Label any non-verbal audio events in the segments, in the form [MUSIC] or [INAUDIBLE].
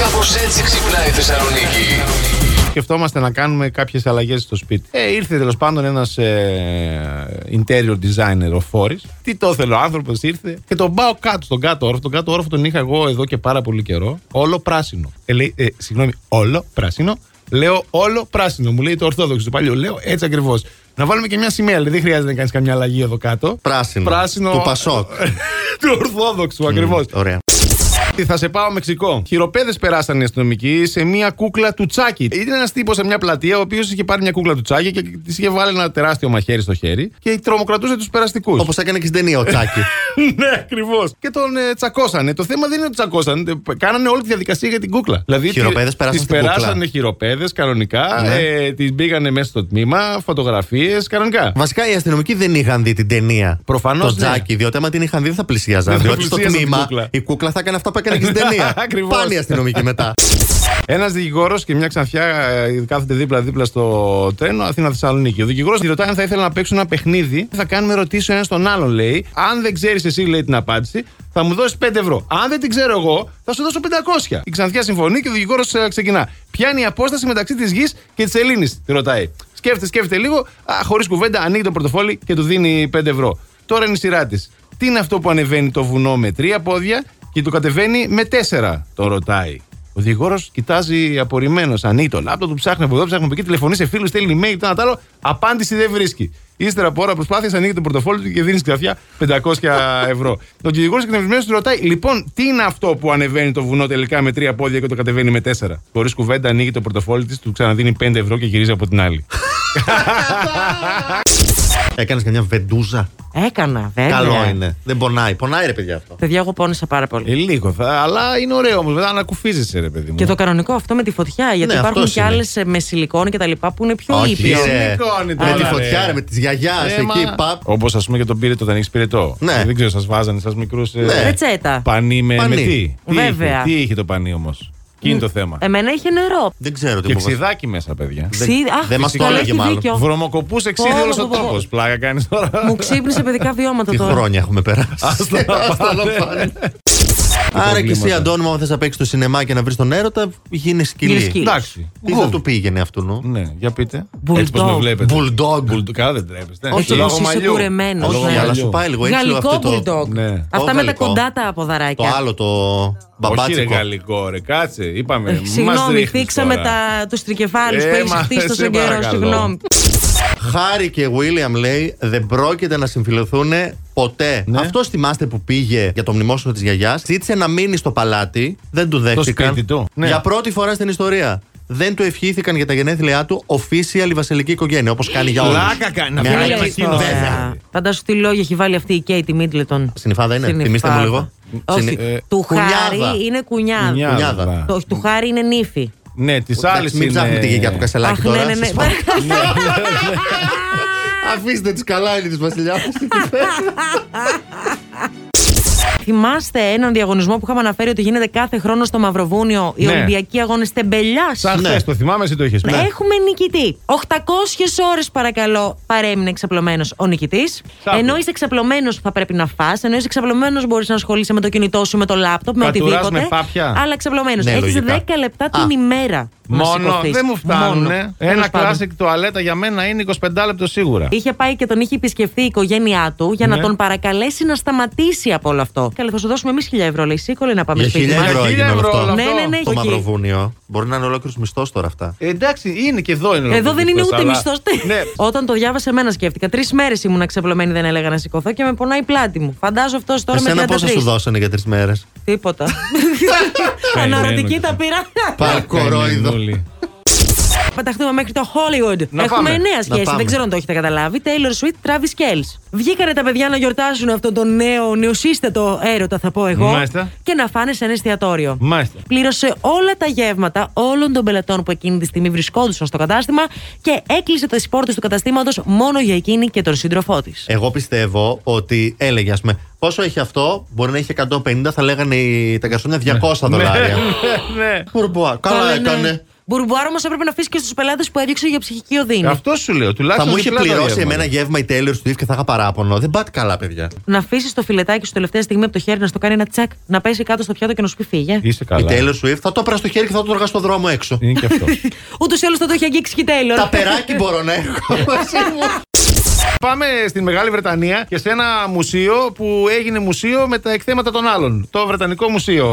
Κάπως έτσι ξυπνάει η Θεσσαλονίκη. σκεφτόμαστε να κάνουμε κάποιες αλλαγές στο σπίτι. Ε, ήρθε τέλος πάντων ένας interior designer ο Φόρης. Τι το ήθελε ο άνθρωπος, ήρθε και τον πάω κάτω στον κάτω όροφο. Τον κάτω όροφο τον είχα εγώ εδώ και πάρα πολύ καιρό. Όλο πράσινο. Ε, λέει, ε, συγγνώμη, όλο πράσινο. Λέω όλο πράσινο. Μου λέει το ορθόδοξο του παλιού. Λέω έτσι ακριβώς. Να βάλουμε και μια σημαία, δηλαδή δεν χρειάζεται να κάνεις καμιά αλλαγή εδώ κάτω. Πράσινο. Πράσινο. Του Πασόκ. [LAUGHS] Mm. του ορθόδοξου ακριβώς. Ωραία. Τι, Θα σε πάω Μεξικό. Χειροπέδες περάσανε οι αστυνομικοί σε μια κούκλα του Τσάκη. Ήταν ένας τύπος σε μια πλατεία, ο οποίος είχε πάρει μια κούκλα του Τσάκη και της είχε βάλει ένα τεράστιο μαχαίρι στο χέρι και τρομοκρατούσε τους περαστικούς. Όπως έκανε και στην ταινία ο Τσάκη. [LAUGHS] ναι, ακριβώς. Και τον ε, τσακώσανε. Το θέμα δεν είναι ότι τσακώσανε. τε- Κάνανε όλη τη διαδικασία για την κούκλα. Δηλαδή, Χειροπέδες τη- περάσανε τις στην κούκλα. περάσανε χειροπέδες κανονικά. Ναι. Ε, τις πήγανε μέσα στο τμήμα, φωτογραφίες κανονικά. Βασικά οι αστυνομικοί δεν είχαν δει την ταινία. Προφανώς, Το ναι. Τζάκι, διότι άμα την είχαν δει δεν θα πλησίαζαν. Δεν θα διότι στο πλησίαζαν την τμήμα κούκλα. η κούκλα θα έκανε αυτά που έκανε και [LAUGHS] στην ταινία. Ακριβώς. Πάνε οι αστυνομικοί [LAUGHS] μετά. Ένας δικηγόρος και μια ξανθιά ε, κάθονται δίπλα-δίπλα στο τρένο Αθήνα-Θεσσαλονίκη. Ο δικηγόρος τη ρωτάει αν θα ήθελα να παίξουν ένα παιχνίδι. Θα κάνουμε ερωτήσεις ο ένας τον άλλον, λέει. Αν δεν ξέρεις εσύ, λέει την απάντηση, θα μου δώσεις 5 ευρώ. Αν δεν την ξέρω εγώ, θα σου δώσω 500. Η ξανθιά συμφωνεί και ο δικηγόρος ξεκινά. Ποια είναι η απόσταση μεταξύ της γης και της Ελλήνης, τη ρωτάει. Σκέφτεται, σκέφτεται λίγο, χωρίς κουβέντα, ανοίγει το πορτοφόλι και του δίνει 5 ευρώ. Τώρα είναι η σειρά της. Τι είναι αυτό που ανεβαίνει το βουνό με τρία πόδια και το κατεβαίνει με τέσσερα, το ρωτάει. Ο δικηγόρος κοιτάζει απορριμμένος, ανοίγει το λάπτο του, ψάχνει από εδώ, ψάχνει από εκεί, τηλεφωνεί σε φίλους, στέλνει email, το ένα τ' άλλο. Απάντηση δεν βρίσκει. Ύστερα από ώρα προσπάθειας, ανοίγει το πορτοφόλι του και δίνει στη γραφιά 500 ευρώ. Ο δικηγόρος εκνευρισμένος του ρωτάει, Λοιπόν, τι είναι αυτό που ανεβαίνει το βουνό τελικά με τρία πόδια και το κατεβαίνει με τέσσερα. Χωρίς κουβέντα, ανοίγει το πορτοφόλι της, του ξαναδίνει 5 ευρώ και γυρίζει από την άλλη. Έκανες καμιά βεντούζα. Έκανα, Ε, βέβαια. ναι. Καλό είναι. Δεν πονάει. Πονάει ρε παιδιά αυτό. Παιδιά, εγώ πόνεσα πάρα πολύ. Ε, λίγο, θα, αλλά είναι ωραίο όμως. Μετά ανακουφίζεσαι, ρε παιδί μου. Και το κανονικό αυτό με τη φωτιά, γιατί Ναι, υπάρχουν αυτός και είναι. άλλες με σιλικόνη και τα λοιπά που είναι πιο Όχι, ήπιο. ρε. ρε. Σιλικόνη Με τώρα, τη ρε. φωτιά, ρε, με τη γιαγιάς Ε, μα- εκεί, παπ. Όπως ας πούμε και τον πυρετό, όταν έχεις πυρετό. Ναι. Δεν ξέρω, σας βάζανε, σας μικρούς... ε, Ναι. Ρετσέτα. Πανί με, Πανί. με τι. Τι Βέβαια. Ε, Είχε, τι είχε το πανί όμως. Εκείνη το θέμα. Εμένα είχε νερό. Δεν ξέρω τι και μου βάζει. ξυδάκι μέσα, παιδιά. Ξύ- Αχ, δεν μας φυσικά, το αλλά έλεγε έχει μάλλον. δίκιο. Βρωμοκοπούσε ξύδι Πω, όλο πω, ο πω, πω. τόπος. Πλάκα κάνεις τώρα. Μου ξύπνησε παιδικά βιώματα Τι τώρα. χρόνια έχουμε περάσει. [LAUGHS] Άστα να πάνε. Άρα και εσύ, προβλήματα. Αντώνη, μου, άμα θες να παίξεις το σινεμά και να βρεις τον έρωτα, γίνεις Γίνει σκυλή. σκυλί. Εντάξει. Τι θα Γουβ. του πήγαινε αυτού, νου. Ναι, για πείτε. Bulldog. Έτσι πώ με βλέπετε. Bulldog. Bulldog. Καλά, δεν τρέπεστε. Έτσι Λόγω όπως είσαι μαλλιού. κουρεμένος, Λόγω Όχι, ναι. αλλά μαλλιού. σου πάει λίγο. Έχεις λίγο Γαλλικό αυτό το. bulldog. Ναι. Αυτά Το με τα γαλλικό. κοντά τα Το ποδαράκια. άλλο, το Όχι, ρε μπαμπάτσικο. γαλλικό, ρε, κάτσε. Είπαμε. Ε, μας Συγγνώμη, ρίχνεις θίξαμε τώρα. τα, τους τρικεφάλους Ε, που έχεις μα, χτίσει σε τόσο καιρό. παρακαλώ. Συγγνώμη. Χάρη και Βίλιαμ λέει δεν πρόκειται να συμφιλωθούν ποτέ. Ναι. Αυτό θυμάστε που πήγε για το μνημόσυνο της γιαγιάς. Ζήτησε να μείνει στο παλάτι. Δεν του δέχτηκαν. σπίτι του. Ναι. Για πρώτη φορά στην ιστορία. Δεν του ευχήθηκαν για τα γενέθλιά του official η βασιλική οικογένεια. Όπως κάνει για όλους. Πλάκα κάνει. Να Ναι, Τι βγάλει αλλά λες και εκείνο ανακοίνωση. τώρα. βέβαια. Φαντάσου τι λόγια έχει βάλει αυτή η Κέιτι Μίτλετον. Συνυφάδα είναι, Συνυφάδα. θυμήστε μου λίγο. Όχι, Συνυ- ε, του κουνιάδα. Χάρη είναι κουνιάδα. Κουνιάδα. Κουνιάδα. Το όχι, του Χάρη είναι νύφη. Ναι, της άλλης Μην ψάχνουμε τη γιαγιά του Κασελάκη Αχ, τώρα. ναι, ναι, ναι. Σας [LAUGHS] Αφήστε τις καλά είναι της βασιλιά [LAUGHS] Θυμάστε έναν διαγωνισμό που είχαμε αναφέρει ότι γίνεται κάθε χρόνο στο Μαυροβούνιο οι Ναι. Ολυμπιακοί Αγώνες τεμπελιάς. Σαν Ναι. Ναι. χθες το θυμάμαι, εσύ το είχες. Έχουμε νικητή. 800 ώρες παρακαλώ παρέμεινε εξαπλωμένος ο νικητής. Σάπιο. Ενώ είσαι εξαπλωμένος που θα πρέπει να φά, ενώ είσαι εξαπλωμένος μπορείς να ασχολείσαι με το κινητό σου, με το λάπτοπ, με Κατουράς οτιδήποτε. με πάπια. Αλλά εξαπλωμένος. Ναι, Έχεις 10 λογικά. λεπτά Α. την ημέρα. να Μόνο σηκωθείς. δεν μου φτάνουν. Μόνο. Ένα Τέλος πάντων. Ε, κλάσικ τουαλέτα για μένα είναι 25 λεπτό σίγουρα. Είχε πάει και τον είχε επισκεφθεί η οικογένειά του για Ναι. να τον παρακαλέσει να σταματήσει από όλο αυτό. Καλά, θα σου δώσουμε εμείς χίλια ευρώ, λέει. Σήκωλε να πάμε Για σπίτι χίλια μας. ευρώ Χίλια έγινε όλο ευρώ αυτό. όλο Ναι, ναι, ναι, Το εκεί. Μαυροβούνιο. Μπορεί να είναι ολόκληρος μισθός τώρα αυτά. Ε, εντάξει, είναι και εδώ είναι Εδώ δεν είναι ολοκληρωτικός, ούτε αλλά- μισθός. Ναι, [LAUGHS] Όταν το διάβασα, εμένα σκέφτηκα. Τρεις μέρες ήμουν ξαπλωμένη, δεν έλεγα να σηκωθώ και με πονάει η πλάτη μου. Φαντάζω αυτός τώρα Εσένα με 33. πόσα σου δώσανε για τρεις μέρες. Τίποτα. [LAUGHS] Αναρωτική τα πήρα. Παρκορόιδο. καημενούλη. Πεταχτούμε μέχρι το Hollywood. Να Έχουμε πάμε. νέα σχέση. πάμε. Δεν ξέρω αν το έχετε καταλάβει. Taylor Swift, Travis Kells. Βγήκανε τα παιδιά να γιορτάσουν αυτό το νέο, νεοσύστατο έρωτα, θα πω εγώ. Μάλιστα. Και να φάνε σε ένα εστιατόριο. Μάλιστα. Πλήρωσε όλα τα γεύματα όλων των πελατών που εκείνη τη στιγμή βρισκόντουσαν στο κατάστημα και έκλεισε τις πόρτες του καταστήματος μόνο για εκείνη και τον σύντροφό της. Εγώ πιστεύω ότι έλεγε, ας πούμε, πόσο έχει αυτό, μπορεί να έχει 150, θα λέγανε οι- τα γκαρσόνια 200 δολάρια. [LAUGHS] Ναι, ναι. Ουρμπουά, καλά Καλά, ναι. έκανε. Μπουρμπουάρ όμως έπρεπε να αφήσει και στους πελάτες που έδειξε για ψυχική Ε, οδύνη. Αυτό σου λέω. Θα Τουλάχιστον μου είχε διπλά τα πληρώσει γεύματα. εμένα γεύμα η τέλειο του Ιφ και θα είχα παράπονο. Δεν πάτε καλά, παιδιά. Να αφήσεις το φιλετάκι σου τελευταία στιγμή από το χέρι να στο κάνει ένα τσακ, να πέσει κάτω στο πιάτο και να σου πει φύγε. Είσαι Η καλά. Taylor Swift θα το έπαιρνα στο χέρι και θα το έργα στο δρόμο έξω. Είναι και [LAUGHS] αυτό. Ούτως ή άλλως θα το έχει αγγίξει και η Taylor. Τα [LAUGHS] περάκι μπορώ να έχω μαζί μου. Πάμε στην Μεγάλη Βρετανία και σε ένα μουσείο που έγινε μουσείο με τα εκθέματα των άλλων. Το Βρετανικό Μουσείο,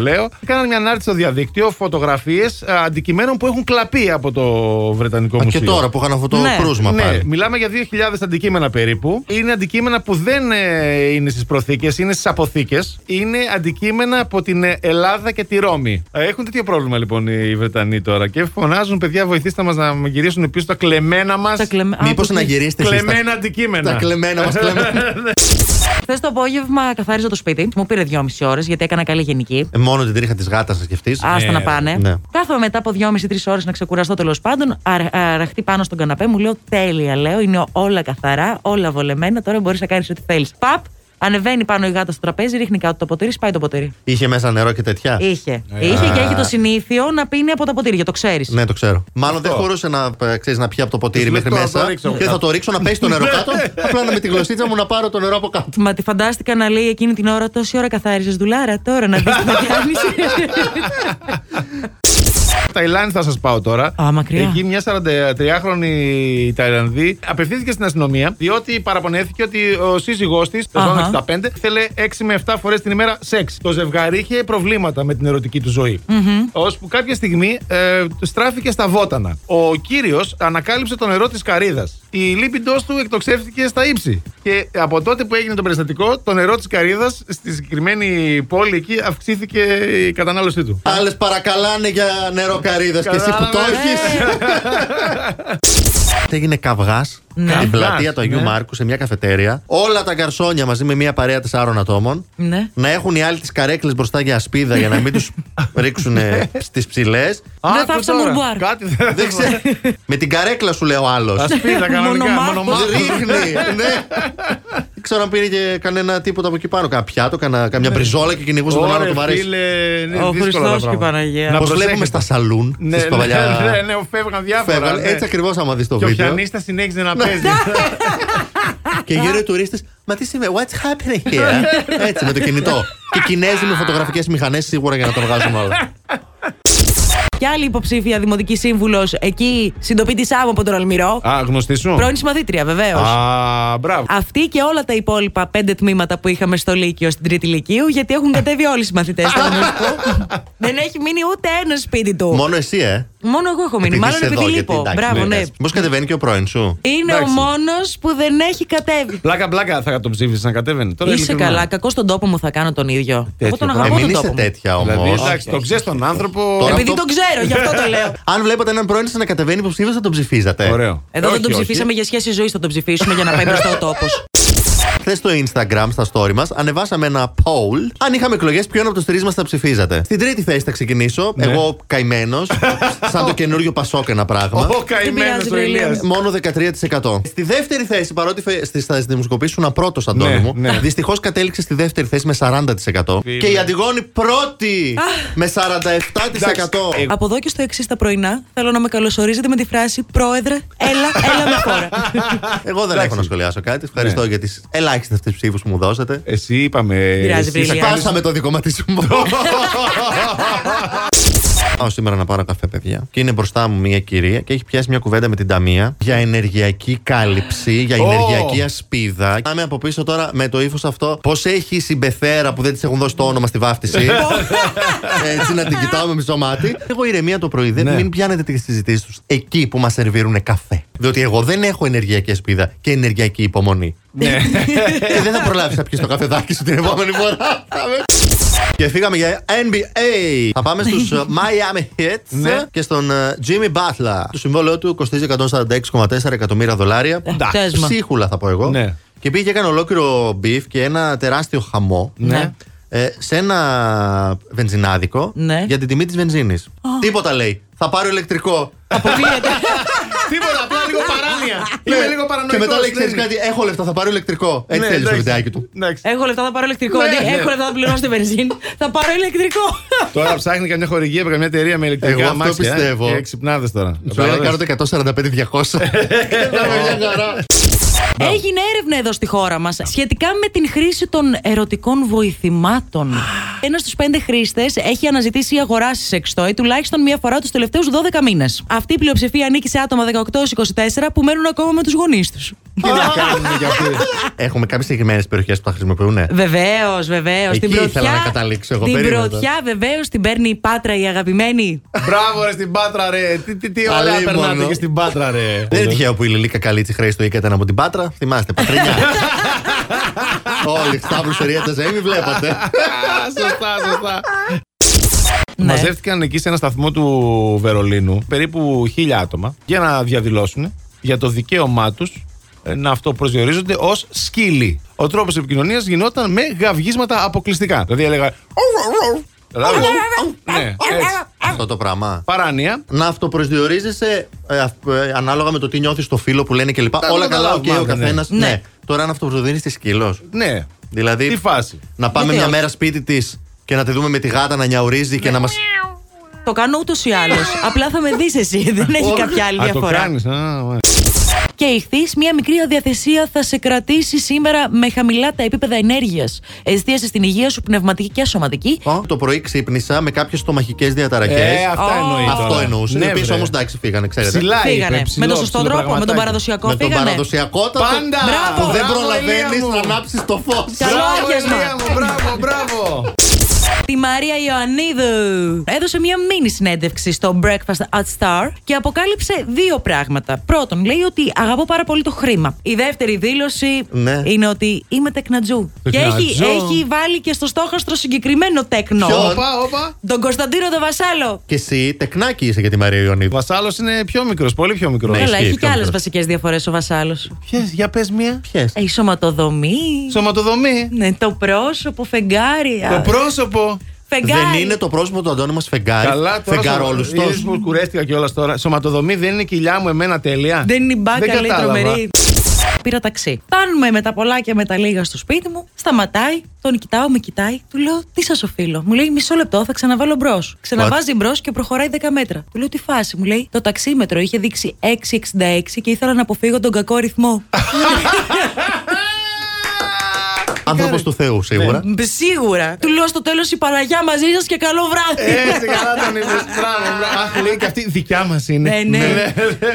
λέω. Κάνανε μια ανάρτηση στο διαδίκτυο, φωτογραφίες αντικειμένων που έχουν κλαπεί από το Βρετανικό Α, Μουσείο. Και τώρα που είχαν αυτό το Ναι. κρούσμα ναι, πάλι. μιλάμε για 2.000 αντικείμενα περίπου. Είναι αντικείμενα που δεν ε, είναι στις προθήκες, είναι στις αποθήκες. Είναι αντικείμενα από την ε, Ελλάδα και τη Ρώμη. Ε, Έχουν τέτοιο πρόβλημα λοιπόν οι Βρετανοί τώρα και φωνάζουν, παιδιά, βοηθήστε μας να γυρίσουν πίσω τα κλεμμένα μας. Τα κλεμμέ- Α, Μήπω το να τι- γυρίσετε εσείς τα- Κλεμμένα αντικείμενα. τα κλεμμένα μας κλεμμένα. [LAUGHS] Χθες το απόγευμα καθάριζα το σπίτι. Μου πήρε 2,5 ώρες γιατί έκανα καλή γενική. Ε, Μόνο την τρίχα τη γάτας να σκεφτείς. Άστα να πάνε. ναι. Κάθομαι μετά από 2,5-3 ώρες να ξεκουραστώ τέλος πάντων. αρα- Αραχτεί πάνω στον καναπέ, μου λέω τέλεια, λέω. Είναι όλα καθαρά, όλα βολεμένα. Τώρα μπορείς να κάνεις ό,τι θέλεις. Παπ, ανεβαίνει πάνω η γάτα στο τραπέζι, ρίχνει κάτω το ποτήρι, σπάει το ποτήρι. Είχε μέσα νερό και τέτοια. Είχε. Είχε και έχει το συνήθειο να πίνει από τα ποτήρια, το ξέρεις. Ναι, το ξέρω. Μάλλον δεν χωρούσε να, ε, ξέρεις, να πιει από το ποτήρι Της μέχρι λέω, τώρα μέσα. το ρίξω Ναι, Και κάτω. θα το ρίξω να πέσει το νερό κάτω. Απλά να με τη γλωσσίτσα μου να πάρω το νερό από κάτω. Μα τη φαντάστηκα να λέει εκείνη την ώρα τόση ώρα καθάριζες δουλάρα. Τώρα να δει τι θα κάνει. [LAUGHS] Ταϊλάνδη θα σας πάω τώρα. Α, μακριά. Εκεί μια 43χρονη Ταϊλανδή απευθύνθηκε στην αστυνομία διότι παραπονέθηκε ότι ο σύζυγός της, το Αχα. 65, θέλε 6 με 7 φορές την ημέρα σεξ. Το ζευγάρι είχε προβλήματα με την ερωτική του ζωή. Ώσπου κάποια στιγμή ε, στράφηκε στα βότανα. Ο κύριος ανακάλυψε το νερό της καρίδας. Η λίπηντός του εκτοξεύτηκε στα ύψη. Και από τότε που έγινε το περιστατικό, το νερό της καρίδας στη συγκεκριμένη πόλη εκεί αυξήθηκε η κατανάλωσή του. Άλλες παρακαλάνε για νερό καρίδε και εσύ που το Κατάλαβες. έχεις. Έγινε καυγάς Ναι. Καυγάς, στην πλατεία του Αγίου ναι. Μάρκου σε μια καφετέρια. Όλα τα γκαρσόνια μαζί με μια παρέα τεσσάρων ατόμων. Ναι. Να έχουν οι άλλοι τις καρέκλες μπροστά για ασπίδα για να μην τους ρίξουν στις ψηλές. [LAUGHS] Δεν Άκου θα άφησα τώρα. μουρμπουάρ. Κάτι δεν Δεν ξέρω. Με την καρέκλα σου λέει ο άλλος. Ασπίδα κανονικά. Μονομάχος. μονομάχος. Ρίχνει, ναι. Δεν ξέρω αν πήρε και κανένα τίποτα από εκεί πάνω. Κάνα πιάτο, κάνα- καμιά μπριζόλα και κυνηγούσε τον άλλο να Ναι. Ωραία, το βαρέσει. φίλε, είναι Ο δύσκολα τα Χριστός και η πράγματα. Παναγία. Να Όπω βλέπουμε προσέχετε. στα σαλούν Ναι, τη ναι, ναι, παπαλιά. ναι, φεύγαν διάφορα. Φεύγαν. ναι. Έτσι ακριβώς, άμα δεις το Και ο βίντεο. πιανίστα συνέχιζε Ναι, να παίζει. Και γύρω οι τουρίστες. Μα τι σημαίνει, what's happening here. Ναι. Έτσι με το κινητό. Και οι Κινέζοι με φωτογραφικές μηχανές σίγουρα για να το βγάζουν όλο. Και άλλη υποψήφια δημοτική σύμβουλος εκεί, συντοπίτη άμμο από τον Αλμυρό. Α, γνωστή σου. Πρώην συμμαθήτρια, βεβαίως. Α, μπράβο. Αυτή και όλα τα υπόλοιπα πέντε τμήματα που είχαμε στο Λύκειο, στην Τρίτη Λυκείου, γιατί έχουν κατέβει όλοι οι μαθητέ του Δημοτικού. Δεν έχει μείνει ούτε ένα σπίτι του. Μόνο εσύ, ε. Μόνο εγώ έχω μείνει. Μάλλον επειδή λείπω. Μπράβο, ναι. Πώ κατεβαίνει και ο πρώην σου. Ε, Είναι ο Εντάξει. μόνος που δεν έχει κατέβει. Πλάκα, πλάκα θα τον ψήφισες να κατέβαινε. [LAUGHS] Τώρα, Είσαι ειλικρινά. καλά. Κακό στον τόπο μου θα κάνω τον ίδιο. Εγώ τον πράγμα. αγαπώ Ε, μην τον είσαι τόπο μου. τέτοια Δηλαδή, όμως. εντάξει, τον ξέρεις τον άνθρωπο. Τώρα- Επειδή αυτό- τον ξέρω, γι' αυτό το λέω. Αν βλέπατε έναν πρώην σας να κατεβαίνει υποψήφιος, θα τον ψηφίζατε. Ωραίο. Εδώ δεν Όχι, τον όχι. ψηφίσαμε για σχέση ζωής, θα τον ψηφίσουμε για να πάει μπροστά ο τόπος. Χθες στο Instagram, στα story μας, ανεβάσαμε ένα poll. Αν είχαμε εκλογές, ποιον από τους τρεις μας θα ψηφίζατε. Στην τρίτη θέση θα ξεκινήσω. Ναι. Εγώ καημένος. [LAUGHS] σαν το καινούριο Πασόκ ένα πράγμα. Ο καημένο πειράζει, ο ρε, Ηλίας. Ηλίας. Μόνο 13%. Στη δεύτερη θέση, παρότι φε- στις- στα δημοσκοπήσεις σου να πρώτο, Αντώνη Ναι, μου, ναι. δυστυχώς κατέληξε στη δεύτερη θέση με 40%. Φίλε. Και η Αντιγόνη πρώτη με 47%. Εντάξει, εγώ- Από εδώ και στο εξής τα πρωινά, θέλω να με καλωσορίζετε με τη φράση Πρόεδρε, έλα, έλα με χώρα. Εγώ δεν εντάξει. έχω να σχολιάσω κάτι. Ευχαριστώ Ναι. για τις ελάχιστε αυτέ ψήφους που μου δώσατε. Εσύ είπαμε. Πειράζει, εσύ θα Βρυλία. κάνεις- Πάσαμε το [LAUGHS] δικό ματισμό. Πάω σήμερα να πάρω καφέ, παιδιά. Και είναι μπροστά μου μια κυρία και έχει πιάσει μια κουβέντα με την ταμεία για ενεργειακή κάλυψη, για Ω. ενεργειακή ασπίδα. Πάμε από πίσω τώρα με το ύφος αυτό. Πώς έχει η συμπεθέρα που δεν της έχουν δώσει το όνομα στη [LAUGHS] βάφτιση. Έτσι να την κοιτάω με μισό μάτι. Εγώ ηρεμία το πρωί. Δεν Ναι. μην πιάνετε τις συζητήσεις τους εκεί που μας σερβίρουν καφέ. Διότι εγώ δεν έχω ενεργειακή ασπίδα και ενεργειακή υπομονή. [LAUGHS] Ναι. Και Ε, δεν θα προλάβεις να πιεις το καφεδάκι σου την επόμενη φορά. Και φύγαμε για NBA. Θα πάμε στους Miami Heat Ναι. και στον ε, Jimmy Butler. Το συμβόλαιό του κοστίζει 146,4 εκατομμύρια δολάρια. Εντάξει. Ψέσμα. Ψίχουλα θα πω εγώ. Ε, Ναι. Και πήγε και έκανε ολόκληρο μπιφ και ένα τεράστιο χαμό. Ναι. ε, σε ένα βενζινάδικο Ναι. για την τιμή της βενζίνης. Τίποτα λέει. Θα πάρω ηλεκτρικό. Αποκλείεται. Τίποτα, απλά λίγο παράνοια. Είμαι λίγο παρανοϊκό. Ναι, Ναι. Ε, και μετά λέει: Ξέρεις κάτι, έχω λεφτά, θα πάρω ηλεκτρικό. Έτσι τέλειωσε το βιντεάκι του. Εντάξει. Έχω λεφτά, θα πάρω ηλεκτρικό. Ναι, Αντί ναι. [LAUGHS] έχω λεφτά, θα πληρώσω τη βενζίνη. Θα πάρω ηλεκτρικό. Τώρα ψάχνει καμιά χορηγία από καμιά εταιρεία με ηλεκτρικά Εγώ αυτό αμάξια, ε. πιστεύω. Και ξυπνάδες τώρα. Σου έλεγα κάνω το 145-200. Κέρδιζαμε μια χαρά. Έγινε έρευνα εδώ στη χώρα μας σχετικά με την χρήση των ερωτικών βοηθημάτων. Ένας στους πέντε χρήστες έχει αναζητήσει ή αγοράσει σεξτόι τουλάχιστον μία φορά τους τελευταίους 12 μήνες. Αυτή η πλειοψηφία ανήκει σε άτομα 18-24 που μένουν ακόμα με τους γονείς [LAUGHS] τους. Τι να κάνουμε για αυτή. Έχουμε κάποιες συγκεκριμένες περιοχές που τα χρησιμοποιούν. Ε, Βεβαίως, βεβαίως. Εκεί ήθελα να καταλήξω εγώ, Την περίμενα. πρωτιά βεβαίως την παίρνει η πάτρα η αγαπημένη. Μπράβο ρε στην Πάτρα ρε. Τι, τι, τι ωραία Αλίμονο. περνάτε και στην Πάτρα ρε. Δεν είναι τυχαίο που η Λιλίκα Καλίτση χρέης του ήταν από την Πάτρα. Θυμάστε, πατρινιά. Όλοι Σταύρου Σερίατα Ζέμι βλέπατε. σωστά, σωστά. Ναι. Μαζεύτηκαν εκεί σε ένα σταθμό του Βερολίνου περίπου χίλια άτομα για να διαδηλώσουν για το δικαίωμά τους να αυτοπροσδιορίζονται ως σκύλοι. Ο τρόπος επικοινωνίας γινόταν με γαυγίσματα αποκλειστικά. Δηλαδή έλεγα. Κατάλαβες? Ναι, έτσι. Αυτό το πράγμα. Παράνοια. Να αυτοπροσδιορίζεσαι ε, αυ- ε, ανάλογα με το τι νιώθεις το φίλο που λένε κλπ. Τα Όλα όλα καλά, καλά, οκ, ο μάλλον, ναι. καθένας. Ναι. Ναι. Τώρα αν αυτοπροσδιορίζεσαι σκύλος. Ναι. Δηλαδή. Τι φάση. Να πάμε Βεβαίως. μια μέρα σπίτι της και να τη δούμε με τη γάτα να νιαουρίζει και να μας. Το κάνω ούτως ή άλλως. [LAUGHS] Απλά θα με δεις εσύ. Δεν έχει κάποια άλλη Α, το διαφορά. κάνεις. Και ηχθείς, μια μικρή αδιαθεσία θα σε κρατήσει σήμερα με χαμηλά τα επίπεδα ενέργειας. Εστίασες στην υγεία σου, πνευματική και σωματική. Το πρωί ξύπνησα με κάποιες στομαχικές διαταραχές. Ε, αυτά Α, εννοείς. Αυτό τώρα. εννοούσε. Ναι, οι οποίες βρε. όμως εντάξει φύγανε, ξέρετε. Ψηλά είπε, Φύγανε. ψηλό, με τον σωστό ψηλό τρόπο, με τον πραγματάκι. παραδοσιακό. Με τον φύγανε. παραδοσιακό Πάντα! Που Μπράβο, δεν Μπράβο, προλαβαίνει Ελία μου. να ανάψεις το φως. Καλό Μπράβο, άγιασμα. Ελία μου, Μπράβο, [LAUGHS] μπράβο. Τη Μαρία Ιωαννίδου. Έδωσε μία μίνι συνέντευξη στο Breakfast at Star και αποκάλυψε δύο πράγματα. Πρώτον, λέει ότι αγαπώ πάρα πολύ το χρήμα. Η δεύτερη δήλωση Ναι. είναι ότι είμαι τεκνατζού. Και έχει, Τεκνατζό. έχει βάλει και στο στόχαστρο συγκεκριμένο τέκνο. Ποιον? Όπα, όπα. Τον Κωνσταντίνο τον Βασάλο. Και εσύ τεκνάκι είσαι για τη Μαρία Ιωνίδου. Βασάλος είναι πιο μικρός, πολύ πιο μικρός. Ναι, Καλά, ισχύει, έχει και πιο άλλες μικρός. βασικές διαφορές ο Βασάλος. Ποιες, για πες μία. Ποιες. Ε, Η σωματοδομή. Σωματοδομή. Ναι, το πρόσωπο, φεγγάρι. Το πρόσωπο. Φεγγάρι. Δεν είναι το πρόσωπο του Αντώνη μας φεγγάρι. Καλά, τώρα. Φεγγαρόλουστο. είδες που κουρέστηκα κιόλας τώρα. Σωματοδομή δεν είναι κοιλιά μου, εμένα τέλεια. Δεν είναι Δεν η μπάκα, λέει κατάλαβα. τρομερή. Πήρα ταξί. Φτάνουμε με τα πολλά και με τα λίγα στο σπίτι μου. Σταματάει, τον κοιτάω, με κοιτάει. Του λέω τι σας οφείλω. Μου λέει μισό λεπτό, θα ξαναβάλω μπρος. Ξαναβάζει μπρος και προχωράει 10 μέτρα. Του λέω τι φάση. Μου λέει το ταξίμετρο είχε δείξει 6,66 και ήθελα να αποφύγω τον κακό ρυθμό. Άνθρωπος του Θεού σίγουρα. Μ, Σίγουρα. Του λέω στο τέλος η Παναγιά μαζί σας και καλό βράδυ. Έτσι, καλά τον είπε. Μπράβο, μπράβο. Αχ, λέει και αυτή δικιά μας είναι. Ναι, ναι.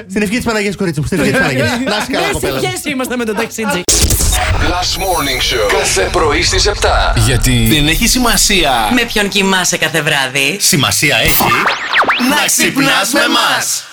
Στην ευχή της Παναγίας, κορίτσι μου. Στην ευχή της Παναγίας. Να είσαι καλά, Ναι, σε κοπέλα. μου. ποιες είμαστε με τον ταξίτζι. Last Morning Show. Κάθε πρωί στις 7. Γιατί δεν έχει σημασία. με ποιον κοιμάσαι κάθε βράδυ. Σημασία έχει να ξυπνάς με μας.